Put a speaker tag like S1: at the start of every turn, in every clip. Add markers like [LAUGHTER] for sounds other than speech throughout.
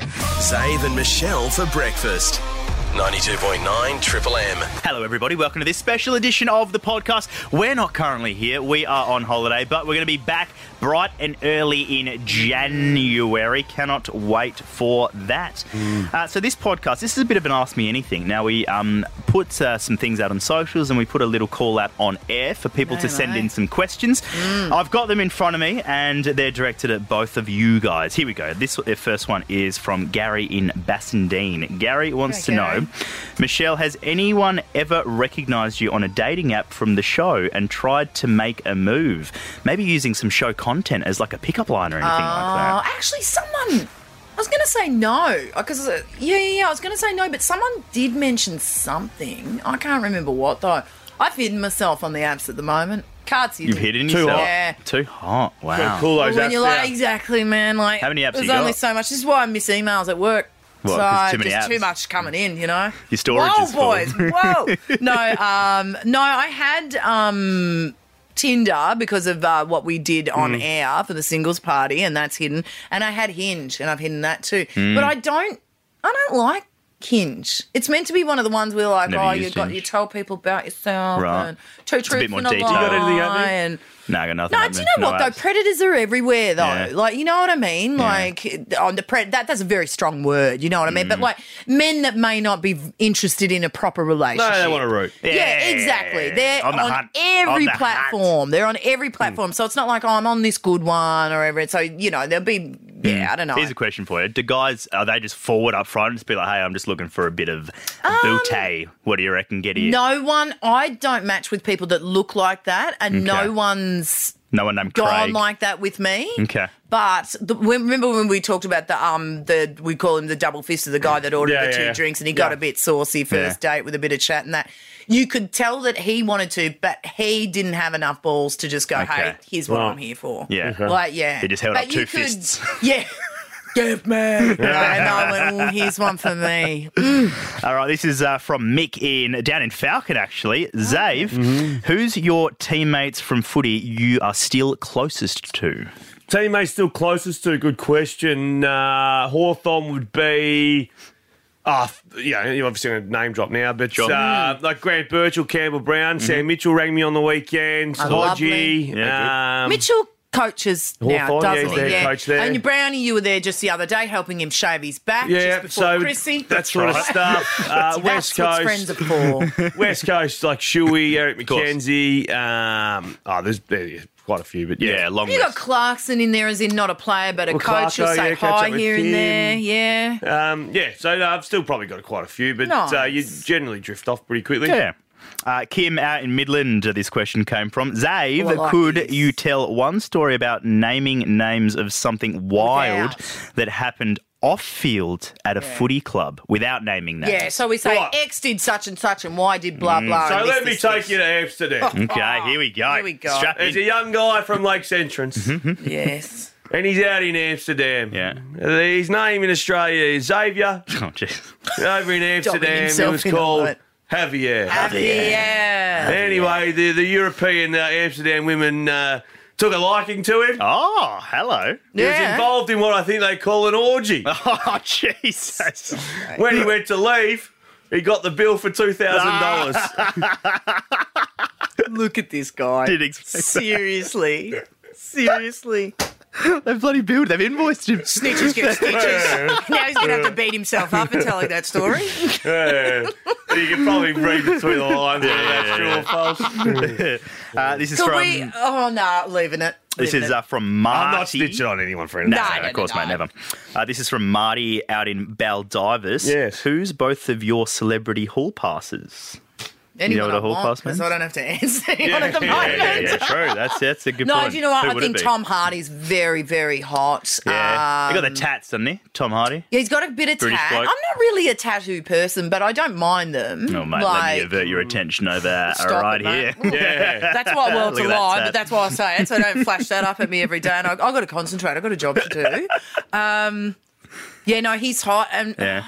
S1: Zave and Michelle for breakfast. 92.9 Triple M.
S2: Hello, everybody. Welcome to this special edition of the podcast. We're not currently here, we are on holiday, but we're going to be back bright and early in January. Cannot wait for that. Uh, so, this podcast, this is a bit of an Ask Me Anything. Now, we um, put uh, some things out on socials and we put a little call out on air for people to send in some questions. I've got them in front of me and they're directed at both of you guys. Here we go. This the first one is from Gary in Bassendean. Gary wants
S3: Okay.
S2: to know. Michelle, has anyone ever recognised you on a dating app from the show and tried to make a move? Maybe using some show content as like a pickup line or anything
S3: Oh,
S2: like that.
S3: actually, someone. I was going to say no because yeah, yeah, yeah. I was going to say no, but someone did mention something. I can't remember what though. I've hidden myself on the apps at the moment. Can't see
S2: You've
S3: them.
S2: hidden
S4: Too
S2: yourself.
S4: hot.
S3: Yeah.
S2: Too hot. Wow.
S4: Gotta Cool
S3: Well,
S4: those
S3: when
S4: apps
S3: you're like
S4: down.
S3: exactly, man, like
S2: How many apps
S3: There's
S2: you got?
S3: only so much. This is why I miss emails at work.
S2: What, 'cause
S3: so
S2: too many
S3: just
S2: apps?
S3: too much coming in, you know.
S2: Your storage
S3: whoa,
S2: is full.
S3: boys, whoa.
S2: [LAUGHS]
S3: No, um, no, I had um, Tinder because of uh, what we did on
S2: Mm.
S3: air for the singles party, and that's hidden. And I had Hinge, and I've hidden that too.
S2: Mm.
S3: But I don't, I don't like Hinge. It's meant to be one of the ones where like,
S2: Never
S3: oh,
S2: used
S3: you got
S2: Hinge.
S3: you tell people about yourself,
S2: Right.
S3: and two truths
S2: more
S3: and a lie.
S2: detailed. You got
S4: anything out there?
S3: and-
S2: No, I got nothing.
S3: no,
S2: happening.
S3: do you know
S2: No
S3: what
S2: apps.
S3: though? Predators are everywhere though.
S2: Yeah.
S3: Like, you know what I mean? Like, on the pre- that that's a very strong word. You know what I mean? But
S2: Mm.
S3: like, men that may not be v- interested in a proper relationship.
S4: No, they want to root.
S3: Yeah, exactly. They're
S2: On
S3: on,
S2: the hunt. On
S3: every
S2: the hunt. Hmm.
S3: platform. They're on every platform. So it's not like oh, I'm on this good one or whatever. So you know, there'll be yeah, I don't know.
S2: Here's Hmm. a question for you. Do guys, are they just forward up front and just be like, hey, I'm just looking for a bit of bootay? What do you reckon? Get here.
S3: Um, no one. I don't match with people that look like that, and
S2: Okay.
S3: no one's
S2: No one named
S3: gone
S2: Craig.
S3: like that with me.
S2: okay.
S3: But the, when- remember when we talked about the um the we call him the double fist of the guy that ordered
S4: Mm. Yeah,
S3: the two
S4: yeah, yeah.
S3: drinks and he got
S4: Yeah.
S3: a bit saucy first date with a bit of chat and that. You could tell that he wanted to, but he didn't have enough balls to just go,
S2: Okay.
S3: "Hey, here's what
S4: Well,
S3: I'm here for."
S2: Yeah.
S3: like yeah,
S2: He just held
S3: But
S2: up two
S3: you could-
S2: fists.
S3: [LAUGHS] Yeah, give me. [LAUGHS] and I
S4: [LAUGHS]
S3: went, "Ooh, "Here's one for me."
S2: All right, this is uh, from Mick in down in Falcon actually. Zave, who's your teammates from footy you are still closest to?
S4: Teammates still closest to, good question. Uh, Hawthorne would be. Ah, yeah, you're obviously going to name drop now, but
S2: Mm.
S4: uh, like Grant Birchall, Campbell Brown, Sam Mitchell rang me on the weekend,
S3: Oh,
S4: Lodgy.
S2: Mm-hmm. lovely. Yeah,
S4: um,
S3: Mitchell coaches now,
S4: Hawthorn, yeah,
S3: doesn't
S4: he's
S3: he?
S4: their coach there.
S3: And Brownie, you were there just the other day helping him shave his back
S4: yeah,
S3: just before
S4: so
S3: Chrissy.
S4: that
S3: [LAUGHS]
S4: sort of
S2: [LAUGHS]
S4: stuff. Uh, West
S3: That's what friends
S4: Coast,
S3: are for.
S4: [LAUGHS] West Coast, like
S2: [LAUGHS]
S4: Shuey, Eric
S2: course.
S4: McKenzie. Um, oh, there's there's quite a few, but yeah,
S2: long
S3: You got Clarkson in there as in not a player but a
S4: Well,
S3: coach. You'll
S4: Clarko,
S3: say
S4: yeah, catch
S3: hi
S4: up with
S3: here and
S4: him.
S3: there. Yeah.
S4: [LAUGHS] Um, yeah, so no, I've still probably got quite a few, but uh, you generally drift off pretty quickly.
S2: yeah. Uh, Kim out in Midland, uh, this question came from. Zave,
S3: Oh, I like
S2: could
S3: this.
S2: you tell one story about naming names of something wild that happened off field at a footy club without naming names?
S3: Yeah. So we say
S4: Right.
S3: X did such and such and Y did blah blah.
S4: Mm. So
S3: and
S4: let
S3: this,
S4: me
S3: this,
S4: take
S3: this.
S4: you to Amsterdam.
S2: Okay, here we go.
S3: Ah, Here we go.
S2: Strap
S4: There's a
S2: in.
S4: young guy from Lakes Entrance, [LAUGHS]
S3: Yes.
S4: and he's out in Amsterdam.
S2: Yeah.
S4: His name in Australia is Xavier.
S2: Oh, jeez.
S4: Over in Amsterdam, it
S3: himself
S4: was
S3: in a
S4: called
S3: lot.
S4: Javier.
S3: Yeah.
S4: Anyway, the, the European uh, Amsterdam women uh, took a liking to him.
S2: [LAUGHS] Oh, hello. [LAUGHS]
S4: He was
S3: Yeah.
S4: involved in what I think they call
S3: [LAUGHS]
S4: an orgy.
S2: Oh, Jesus.
S4: when he went to leave, he got the bill for two thousand
S3: [LAUGHS]
S4: dollars.
S3: Look at this guy.
S2: Didn't expect that. [LAUGHS]
S3: Seriously. Seriously.
S2: They've bloody billed. They've invoiced him.
S3: Snitches get
S4: [LAUGHS]
S3: stitches. now he's going to have to beat himself up for telling that story.
S4: Yeah. you can probably read between the lines. Yeah,
S2: yeah,
S4: that's true
S2: yeah.
S4: or false.
S2: Uh, this is
S3: Could
S2: from.
S3: we? Oh, no, leaving it.
S2: This
S3: leaving
S2: is
S3: it.
S2: uh, from Marty.
S4: I'm not snitching on anyone, friend.
S2: No,
S3: No,
S2: no,
S3: no,
S2: of course,
S3: no,
S2: mate,
S3: no.
S2: never. Uh, this is from Marty out in Baldivis.
S4: Yes.
S2: Who's both of your celebrity hall passes?
S3: Anyone
S2: what a
S3: I
S2: hall
S3: want,
S2: pass
S3: 'cause
S2: means?
S3: I don't have to [LAUGHS] answer anyone
S4: Yeah,
S3: at the
S4: yeah,
S3: moment.
S2: true. That's that's a good
S3: [LAUGHS] No,
S2: point.
S3: do you know what?
S2: Who
S3: I
S2: would it
S3: think
S2: be?
S3: Tom Hardy's very, very hot.
S2: Yeah,
S3: Um,
S2: he got the tats, didn't he? Tom Hardy.
S3: yeah, he's got a bit of
S2: British
S3: tat.
S2: bloke.
S3: I'm not really a tattoo person, but I don't mind them.
S2: Oh, mate, let me
S3: like,
S2: avert your attention over.
S3: Stop
S2: all right,
S3: it, mate.
S2: here. [LAUGHS]
S3: [LAUGHS]
S4: Yeah.
S3: that's why world's
S2: Look at that
S3: alive,
S2: tat.
S3: but that's why I say it. So don't flash that up at me every day. And I, I've got to concentrate. I've got a job to do. Um, yeah, no, he's hot. And uh,
S2: Yeah.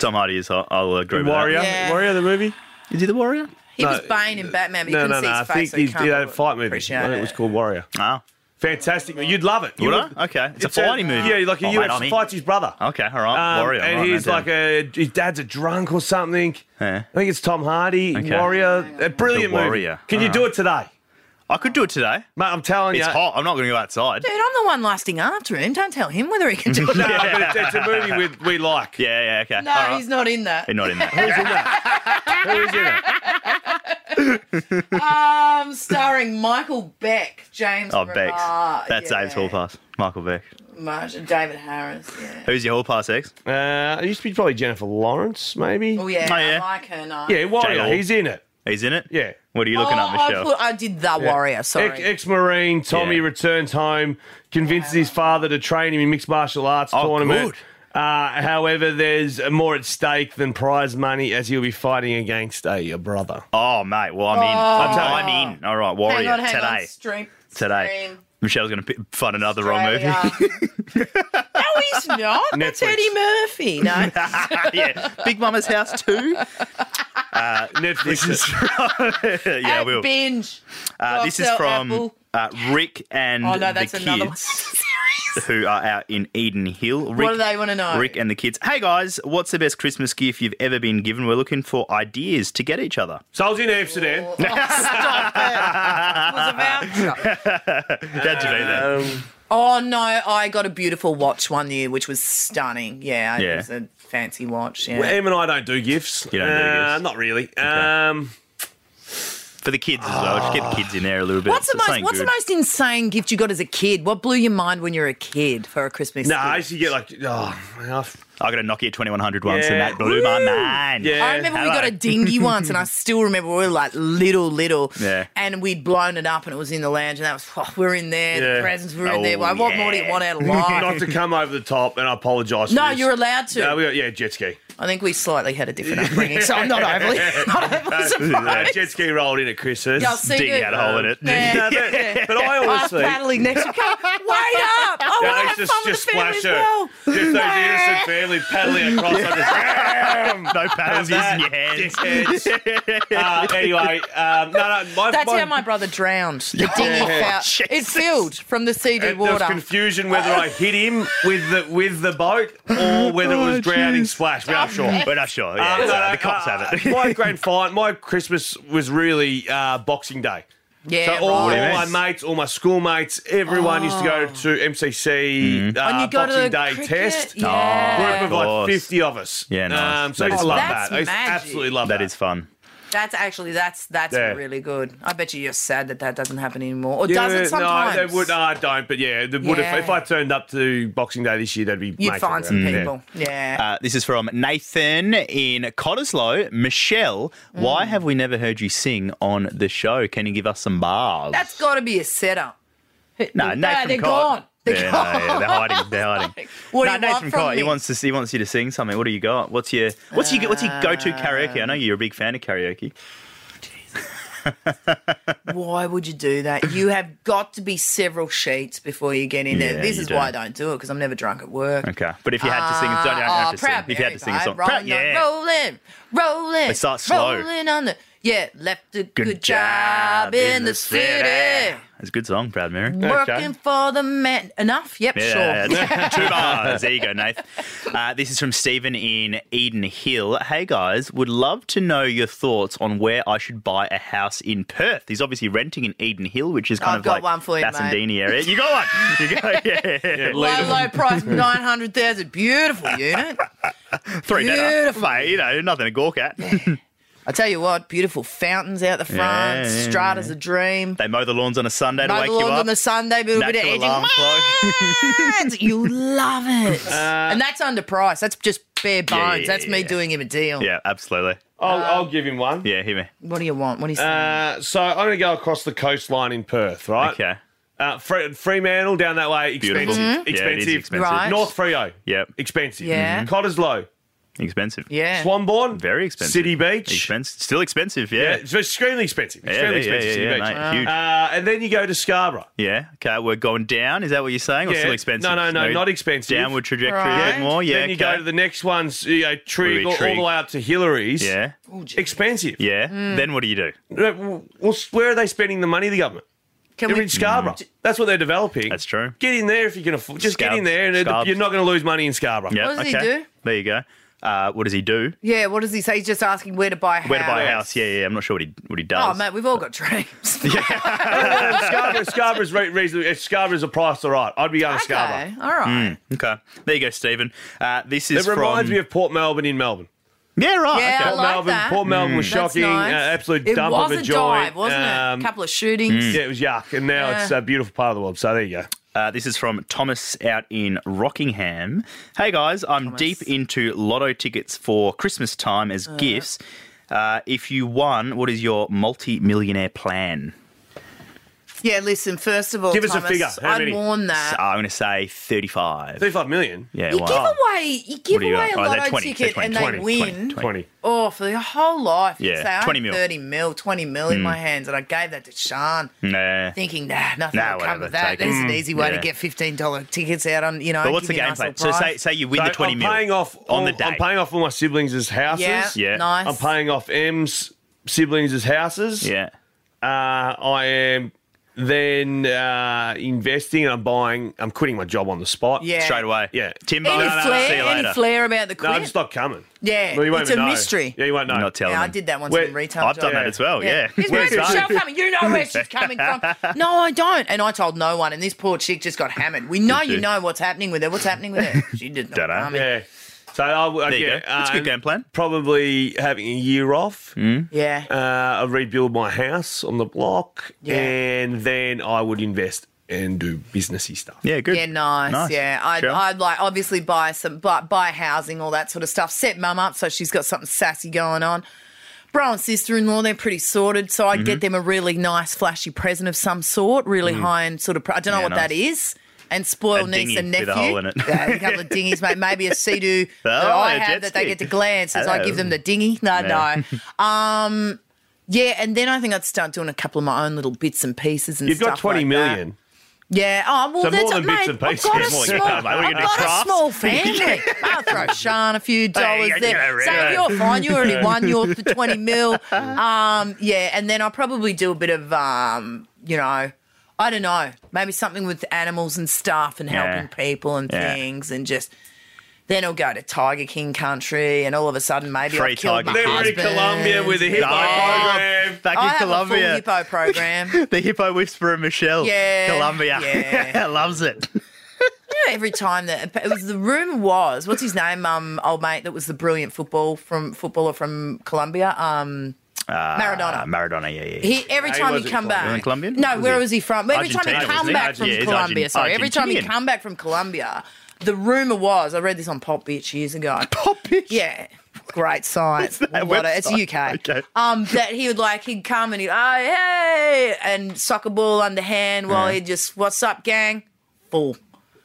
S2: Tom Hardy is hot. I'll agree with
S4: Warrior,
S3: Yeah.
S4: Warrior, the movie.
S2: that. Is he the Warrior?
S3: he was
S4: No,
S3: Bane in Batman, but you
S4: No,
S3: couldn't
S4: no, no.
S3: see his
S4: I
S3: face.
S4: think
S3: so you
S4: he
S3: can't
S4: did that
S3: really
S4: fight movie. I
S3: appreciate
S4: think it was called Warrior.
S2: Oh,
S4: Fantastic. You'd love it. You
S2: Would I? Okay. It's a fighting movie.
S4: Yeah, like a
S2: Oh, mate, I'm
S4: UFC
S2: in.
S4: fights his brother.
S2: Okay, all right.
S4: Um,
S2: Warrior.
S4: And
S2: right,
S4: he's
S2: no
S4: like
S2: doubt.
S4: a his dad's a drunk or something.
S2: Yeah.
S4: I think it's Tom Hardy,
S2: Okay.
S4: Warrior. A brilliant
S2: The
S4: movie.
S2: Warrior.
S4: Can you do it today?
S2: I could do it today.
S4: Mate, I'm telling
S2: It's
S4: you.
S2: hot. I'm not going to go outside.
S3: Dude, I'm the one lasting after him. Don't tell him whether he can do
S2: [LAUGHS]
S3: it.
S4: No, [LAUGHS] but it's, it's a movie we, we like.
S2: Yeah, yeah, okay.
S3: No,
S2: all right.
S3: he's not in that.
S2: You're not in
S3: [LAUGHS]
S2: that.
S4: Who's in that? Who's in it?
S3: Um, starring Michael Beck, James.
S2: Oh, Bex.
S3: Brevard,
S2: That's
S3: yeah.
S2: Abe's hall pass. Michael Beck.
S3: Marsh- David Harris. Yeah.
S2: Who's your hall pass, X?
S4: Uh, it used to be probably Jennifer Lawrence, maybe.
S3: Oh yeah,
S2: Oh, yeah.
S3: I like her. Nice.
S4: Yeah, Warrior.
S2: J-Lo.
S4: He's in it.
S2: He's in it?
S4: Yeah.
S2: What are you looking
S3: oh,
S2: up,
S3: I,
S2: Michelle?
S3: put, I did the Warrior. Sorry.
S4: Ex Marine Tommy
S2: Yeah.
S4: returns home, convinces his father to train him in mixed martial arts
S2: Oh,
S4: tournament.
S2: good.
S4: Uh, however, there's more at stake than prize money as he'll be fighting against a, a brother.
S2: Oh, mate. Well, I'm in. I'm, I'm in. All right, Warrior.
S3: hang on, hang
S2: today.
S3: on. Stream.
S2: Today.
S3: Stream.
S2: Michelle's going to find another wrong movie.
S3: Australia. no, he's not. That's
S4: Netflix.
S2: [LAUGHS]
S3: Eddie Murphy. No.
S2: [LAUGHS] yeah. Big Mama's House [LAUGHS]
S3: [LAUGHS]
S2: 2.
S4: Netflix.
S2: yeah, I will.
S3: Binge.
S2: Uh, this is
S3: Roxel
S2: from
S3: Apple.
S2: uh, Rick and
S3: Oh no, that's
S2: the
S3: another [LAUGHS] one.
S2: kids. who are out in Eden Hill. Rick,
S3: do they wanna know? [LAUGHS]
S2: Rick and the kids. Hey guys, what's the best Christmas gift you've ever been given? We're looking for ideas to get each other.
S4: so I was in Amsterdam.
S2: [LAUGHS]
S3: Was about-
S2: That's me then.
S4: Um,
S3: Oh no, I got a beautiful watch one year, which was stunning. Yeah,
S2: Yeah.
S3: it was a fancy watch. Yeah.
S4: well, Em and I don't do gifts.
S2: You don't do
S4: Uh,
S2: gifts.
S4: Not really. Um,
S2: For the kids as well. Just get the kids in there a little bit.
S3: What's the
S2: It's
S3: most
S2: something
S3: What's
S2: good.
S3: the most insane gift you got as a kid? What blew your mind when you were a kid for a Christmas?
S4: no,
S3: gift?
S4: I used to get like, oh, well,
S2: I got a Nokia 2100 once and
S4: Yeah.
S2: that blew my
S4: Woo!
S2: mind.
S4: Yeah.
S3: I remember we
S2: hello.
S3: got
S2: [LAUGHS]
S3: a dinghy once, and I still remember we were like little, little,
S2: Yeah.
S3: and we'd blown it up, and it was in the lounge, and that was oh, we're in there,
S4: Yeah.
S3: the presents were in
S2: Oh,
S3: there. Well, what more do you
S2: yeah. [LAUGHS]
S3: want out of
S4: not
S3: life?
S4: to come over the top, and I apologise. for
S3: no,
S4: this.
S3: you're allowed to.
S4: No, we got, yeah,
S2: [LAUGHS]
S4: jet ski.
S3: I think we slightly had a different upbringing, so I'm not overly, not overly
S4: Uh,
S3: surprised.
S4: jet ski rolled in at Christmas.
S3: Yeah, I'll see
S2: Digging
S3: you.
S2: out a hole in it. [LAUGHS]
S3: Yeah.
S4: No, but, but I
S3: Us
S4: always think.
S3: paddling next week. Wait up! Oh, I
S4: Yeah,
S3: want
S4: it's
S3: to have fun with the family as
S4: her.
S3: well.
S4: Just those innocent family paddling across
S3: [LAUGHS]
S4: on the
S2: No paddles using your hands.
S4: Dickheads. Uh, anyway, um, no, no, my,
S3: That's
S4: my,
S3: how my brother drowned. The dinghy
S4: [LAUGHS] Yeah.
S3: fell. It filled from the CD
S4: There was
S3: water.
S4: confusion whether I hit him with the with the boat
S3: Oh,
S4: or whether it was drowning splash. We're not sure.
S2: We're not sure.
S4: Uh,
S2: Yeah,
S4: no,
S2: so
S4: no,
S2: the cops
S4: uh,
S2: have it.
S3: [LAUGHS]
S4: my grand final, my Christmas was really uh, Boxing Day.
S3: yeah,
S4: so
S3: right.
S4: all,
S3: Oh.
S2: do you
S4: all my
S2: mean?
S4: mates, all my schoolmates, everyone used to go to MCC uh,
S3: and you go
S4: Boxing
S3: to the
S4: Day
S3: cricket?
S4: test. Oh.
S3: Yeah.
S4: Group of
S2: course.
S4: like fifty of us.
S2: Yeah, nice.
S4: Um, so
S2: That
S4: I
S2: is
S4: love
S2: fun.
S4: that. I
S3: That's magic.
S4: absolutely
S2: [LAUGHS]
S4: love
S2: that is fun.
S3: That's actually that's that's
S4: Yeah.
S3: really good. I bet you you're sad that that doesn't happen anymore, or
S4: Yeah,
S3: does it sometimes?
S4: No, they would. No, I don't. But yeah, they would
S3: Yeah.
S4: If, if I turned up to Boxing Day this year, that'd be.
S3: You'd
S4: mates
S3: find
S4: everywhere.
S3: some
S4: Mm, Yeah.
S3: people. Yeah.
S2: Uh, this is from Nathan in Cottesloe. Michelle,
S3: Mm.
S2: why have we never heard you sing on the show? Can you give us some bars?
S3: that's got to be a setup.
S2: no,
S3: No,
S2: Nathan
S3: they're
S2: Cott.
S3: gone. They're
S2: yeah,
S3: gone.
S2: No, yeah, they're
S3: [LAUGHS]
S2: hiding. They're hiding.
S3: What do
S2: no,
S3: you
S2: Nathan
S3: want from
S2: Cott.
S3: me?
S2: He wants to. He wants you to sing something. What do you got? What's your What's your What's
S3: Uh,
S2: your go to karaoke? I know you're a big fan of karaoke.
S3: Why would you do that?
S2: [LAUGHS]
S3: You have got to be several sheets before you get in there.
S2: Yeah,
S3: This
S2: you
S3: is
S2: do.
S3: why I don't do it because I'm never drunk at work.
S2: Okay, but if you had to sing, don't, you don't have to
S3: oh,
S2: sing.
S3: proud
S2: If you had to
S3: Mary,
S2: sing a
S3: I
S2: song,
S3: rolling,
S2: Proud-
S3: on-
S2: yeah.
S3: rolling, rolling.
S2: It starts slow.
S3: Rolling on the yeah, left a good, job in the city.
S2: It's a good song, Proud Mary.
S3: Working for the man. Enough? Yep,
S2: Yeah,
S3: [LAUGHS] sure.
S2: yeah, [LAUGHS] two bars. There you go, Nath. Uh, this is from Stephen in Eden Hill. Hey guys, would love to know your thoughts on where I should buy a house in Perth. He's obviously renting in Eden Hill, which is kind
S3: I've
S2: of
S3: got
S2: like
S3: one for you, mate.
S2: Bassendean area. You got one. You got [LAUGHS] yeah.
S3: Low, low price,
S2: [LAUGHS]
S3: 900,000. Beautiful unit.
S2: Three better.
S3: Beautiful.
S2: Mate, you know, nothing to gawk at.
S3: I tell you what, beautiful fountains out the front.
S2: Yeah, yeah,
S3: Strata's a dream.
S2: they mow the lawns on a Sunday to
S3: Mow the
S2: wake you
S3: lawns
S2: up.
S3: on the Sunday, but a bit of
S2: Natural
S3: edging.
S2: alarm
S3: What? you love
S2: [LAUGHS]
S3: it. and that's underpriced. That's just bare bones.
S2: Uh, yeah,
S3: that's me
S2: yeah.
S3: doing him a deal.
S2: yeah, absolutely.
S4: I'll,
S3: Um,
S4: I'll give him one.
S2: Yeah, hear me.
S3: What do you want? What do you say?
S4: Uh, so I'm going to go across the coastline in Perth, right?
S2: Okay.
S4: Uh, Fre- Fremantle down that way, expensive,
S2: Beautiful. Mhm. Yeah, it is
S4: expensive.
S2: expensive.
S3: Mm-hmm. Right.
S4: North Frio,
S2: Yep.
S4: expensive.
S3: Yeah. Mhm.
S4: Cottesloe,
S2: Expensive.
S3: yeah.
S4: Swanbourne,
S2: Very expensive.
S4: City Beach,
S2: Expensive. Still expensive,
S4: Yeah,
S2: yeah.
S4: it's extremely expensive.
S2: Yeah,
S4: Extremely
S2: yeah, yeah,
S4: expensive,
S2: yeah,
S4: City Beach.
S2: mate, huge.
S4: Uh, and then you go to Scarborough.
S2: Yeah. Okay. We're going down. Is that what you're saying? Or
S4: Yeah.
S2: still expensive?
S4: No, no, no, not expensive.
S2: Downward trajectory a
S3: Right.
S2: bit more. Oh, Yeah.
S4: then you
S2: okay.
S4: go to the next ones, you know, Trig,
S2: Really
S4: all, all
S2: Trig.
S4: the way up to Hillary's.
S2: yeah.
S3: Oh, gee.
S4: Expensive.
S3: Hmm.
S2: Yeah. Then what do you do?
S4: Uh, Well, where are they spending the money, the government?
S3: Can
S4: You're
S3: we Mm.
S4: in Scarborough. That's what they're developing.
S2: That's true.
S4: Get in there if you can afford. Just get
S2: Scarb-
S4: in there, and it-
S2: Scarbs.
S4: you're not going to lose money in Scarborough.
S2: Yeah,
S3: What does he
S2: okay.
S3: do?
S2: There you go. Uh, what does he do?
S3: Yeah, what does he say? He's just asking where to buy a house.
S2: Where to buy a house? Yeah, yeah. I'm not sure what he what he
S3: Oh,
S2: does.
S3: mate, we've all got
S2: [LAUGHS]
S3: dreams.
S4: Scarborough, Scarborough's re- reasonably. If Scarborough's a price, all right. I'd be going to Scarborough.
S3: okay, all right.
S2: Okay. There you go, Stephen. Uh, this
S4: It
S2: is
S4: reminds
S2: from.
S4: me of Port Melbourne in Melbourne.
S2: yeah, right.
S3: Yeah,
S2: okay.
S3: I
S4: Port
S3: like
S4: Melbourne.
S3: that. Mm.
S4: Port Melbourne was
S3: That's
S4: shocking.
S3: nice.
S4: Uh, absolute
S3: it
S4: dump
S3: was
S4: of a,
S3: a
S4: joint.
S3: dive, wasn't
S4: Um,
S3: it? A couple of shootings.
S2: hmm.
S4: Yeah, it was yuck, and now
S3: Yeah.
S4: it's a beautiful part of the world. So there you go.
S2: Uh, this is from Thomas out in Rockingham. Hey guys, I'm deep into lotto tickets for Christmas time as gifts. Uh, if you won, what is your multi-millionaire plan?
S3: Yeah, listen, first of all,
S4: Give us a
S3: Thomas,
S4: figure. How
S3: I'd
S4: many?
S3: warn that.
S2: So I'm going to say 35.
S4: Thirty-five million.
S2: Yeah,
S3: you
S2: wow.
S3: give away you give
S2: What do you got?
S3: away a
S2: Oh, they're
S3: lotto
S2: 20,
S3: ticket
S2: they're 20,
S3: and
S2: 20,
S3: they win.
S2: 20.
S4: Twenty.
S3: Oh, for the whole life. you'd
S2: Yeah,
S3: say, I
S2: 20
S3: had
S2: mil. Mm.
S3: 30 mil, 20 mil in my hands, and I gave that to Sean,
S2: Nah.
S3: thinking, nah, nothing
S2: Mm. Nah,
S3: will come
S2: whatever,
S3: of that.
S2: take it. Mm,
S3: There's an easy way
S2: Yeah.
S3: to get $15 tickets out on, you know.
S2: But what's the
S3: give me a
S2: game
S3: nice
S2: plan?
S3: little
S2: So say
S3: prize.
S2: say you win
S4: So
S2: the 20
S4: I'm
S2: mil
S4: paying off all,
S2: on the day.
S4: I'm paying off all my siblings' houses.
S3: yeah,
S2: Yeah.
S3: nice.
S4: I'm paying off M's siblings' houses.
S2: yeah.
S4: Uh, I am then uh, investing and I'm buying. I'm quitting my job on the spot.
S3: Yeah.
S2: Straight away.
S4: Yeah.
S2: Timbo,
S3: Any flair,
S2: see you
S3: any
S2: later.
S3: flair about the
S4: No,
S3: quit?
S4: I'm just not coming.
S3: Yeah,
S4: Well, you won't
S3: it's
S4: even
S3: a
S4: know.
S3: mystery.
S4: Yeah, you won't know.
S2: I'm not telling
S3: yeah, I
S2: them.
S3: did that once
S4: Where-
S3: in retail.
S2: um, I've
S3: job.
S2: done that as well, yeah.
S3: Is where
S4: Where's
S3: the
S4: that?
S3: shell coming? You know where she's
S2: [LAUGHS]
S3: coming from. No, I don't. And I told no one. And this poor chick just got hammered. We know
S2: Did
S3: you
S2: you?
S3: know what's happening with her. What's happening with her? She didn't know.
S2: Dunno.
S3: I mean,
S4: Yeah. So I'll,
S2: There you
S4: yeah,
S2: go. That's a good Mm.
S4: um,
S2: game plan.
S4: Probably having a year off.
S3: yeah.
S4: Uh, I rebuild my house on the block,
S3: Yeah.
S4: and then I would invest and do businessy stuff.
S2: Yeah, good.
S3: Yeah, nice. Yeah, I'd,
S2: Cheryl?
S3: I'd like obviously buy some, buy, buy housing, all that sort of stuff. Set mum up so she's got something sassy going on. Bro and sister-in-law, they're pretty sorted, so I'd
S2: Mm-hmm.
S3: get them a really nice, flashy present of some sort, really high-end sort of. Pre- I don't know
S2: Mm. Yeah,
S3: what that is. And spoil
S2: A
S3: niece
S2: dinghy
S3: and
S2: with
S3: nephew.
S2: a hole in it.
S3: Yeah, a couple of dinghies, mate. Maybe
S2: [LAUGHS]
S3: a sea-doo that
S2: Oh,
S3: I
S2: a
S3: have
S2: jet
S3: that they
S2: ski.
S3: get to glance as I
S2: Hello.
S3: give them the dinghy. No,
S2: Yeah. [LAUGHS]
S3: no. Um, yeah, and then I think I'd start doing a couple of my own little bits and pieces and
S4: You've got
S3: stuff
S4: twenty
S3: like
S4: million.
S3: that. Yeah. Oh, well,
S4: So
S3: that's
S4: more than
S3: mate,
S4: bits and pieces.
S3: I've got a
S2: More
S3: small,
S2: than that, mate. We're
S3: I've
S2: gonna
S3: got
S2: craft. [LAUGHS]
S3: a small family. I'll throw Sean a few dollars
S2: yeah, yeah,
S3: there.
S2: right,
S3: so
S2: right.
S3: you're fine. You
S2: [LAUGHS]
S3: already won your for 20 mil. Um, yeah. And then I'll probably do a bit of, um, you know, I don't know, maybe something with animals and stuff and
S2: Yeah.
S3: helping people and
S2: Yeah.
S3: things and just. Then I'll go to Tiger King country, and all of a sudden, maybe
S2: Free
S3: I've killed
S2: Tiger
S3: my
S2: King.
S4: They're in
S3: husband.
S4: Colombia with a hip
S2: Yeah.
S4: program.
S2: Back
S3: I
S2: in
S3: have
S2: Colombia.
S3: a full hippo program.
S2: The Hippo Whisperer Michelle.
S3: Yeah,
S2: Colombia. [LAUGHS]
S3: yeah.
S2: Loves it.
S3: know every time that it was the rumor was what's his name um old mate that was the brilliant football from footballer from Colombia um Maradona.
S2: Ah, Maradona, yeah, yeah. yeah.
S3: he, every
S4: No, he
S3: time he
S4: wasn't
S3: come
S2: Colombian.
S3: back,
S2: Colombian?
S3: No,
S2: Was
S3: where
S2: he?
S3: was he from? Every time he
S2: Argentina,
S3: come
S2: wasn't he?
S3: back from
S2: Yeah, he's
S3: Colombia,
S2: Argent-
S3: sorry. Every time he
S2: Argentinian.
S3: come back from Colombia, the rumor was I read this on Pop Bitch years ago.
S2: [LAUGHS] Pop it.
S3: Yeah.
S2: [LAUGHS]
S3: Great science.
S2: that a
S3: What a- it's
S2: website?
S3: UK.
S2: Okay.
S3: Um, that he would like he'd come and he'd oh hey and soccer ball underhand while
S2: Yeah.
S3: he'd just what's up gang full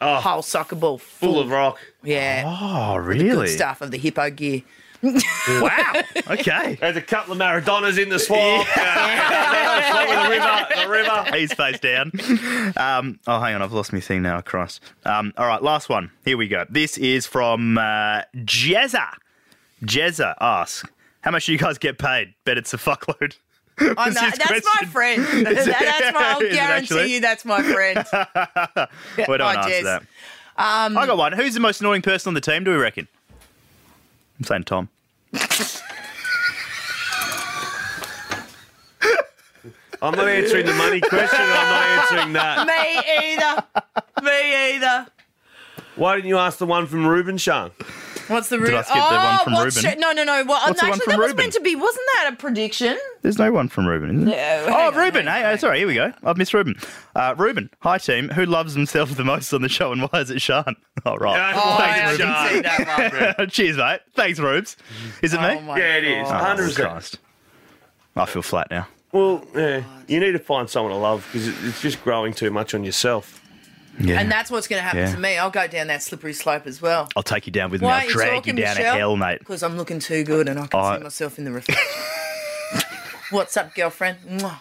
S3: whole soccer ball full,
S4: Full of rock.
S3: yeah
S2: Oh, really?
S3: good stuff of the hippo gear.
S2: Wow.
S3: [LAUGHS]
S2: okay.
S4: There's a couple of Maradonas in the swamp. [LAUGHS] Yeah. the river, the river.
S2: He's face down. Um, oh, hang on. I've lost my thing now. Christ. Um, all right. Last one. Here we go. This is from uh, Jezza. Jezza asks, How much do you guys get paid? Bet it's a fuckload.
S3: [LAUGHS] I
S2: This
S3: know,
S2: is
S3: that's my
S2: question.
S3: friend. That- that's my.
S2: [LAUGHS]
S3: I'll
S2: Is it actually?
S3: guarantee you, that's my friend. [LAUGHS]
S2: We don't
S3: Oh,
S2: answer
S3: Jez.
S2: that. I got one. Who's the most annoying person on the team, do we reckon? I'm saying Tom.
S4: I'm not answering the money question. I'm not
S3: [LAUGHS]
S4: answering that.
S3: Me either. Me either.
S4: Why didn't you ask the one from Ruben, [LAUGHS] Sean?
S3: What's the Ruben?
S2: I skip the one from
S3: what's
S2: Ruben?
S3: sh- no, no, no. Oh, What,
S2: What's the
S3: actually,
S2: one from
S3: that was
S2: Ruben?
S3: meant to be. Wasn't that a prediction?
S2: There's no one from Ruben, is there?
S3: No,
S2: Oh,
S3: hang on,
S2: Ruben.
S3: hang
S2: Hey, oh, sorry. Here we go. I've missed Ruben. Uh, Ruben, hi, team. Who loves himself the most on the show and why is it Sean? [LAUGHS] All right.
S3: Oh,
S4: Thanks,
S3: I
S4: Sean.
S3: didn't see that one.
S2: [LAUGHS] Cheers, mate. Thanks, Rubes. Is it me?
S3: Oh my
S4: Yeah, it is.
S3: God.
S4: 100%.
S2: Christ. I feel flat now.
S4: Well, yeah, you need to find someone to love because it's just growing too much on yourself.
S2: Yeah.
S3: And that's what's going to happen
S2: Yeah.
S3: to me. I'll go down that slippery slope as well.
S2: I'll take you down with me.
S3: Why
S2: I'll
S3: are you
S2: drag you
S3: talking,
S2: down
S3: Michelle?
S2: a hell, mate.
S3: Because I'm looking too good and I can
S2: I-
S3: see myself in the reflection. [LAUGHS] What's up, girlfriend? Mwah.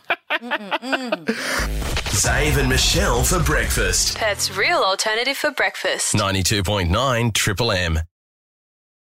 S1: Dave and Michelle for breakfast.
S5: Perth's real alternative for breakfast.
S1: 92.9 Triple M.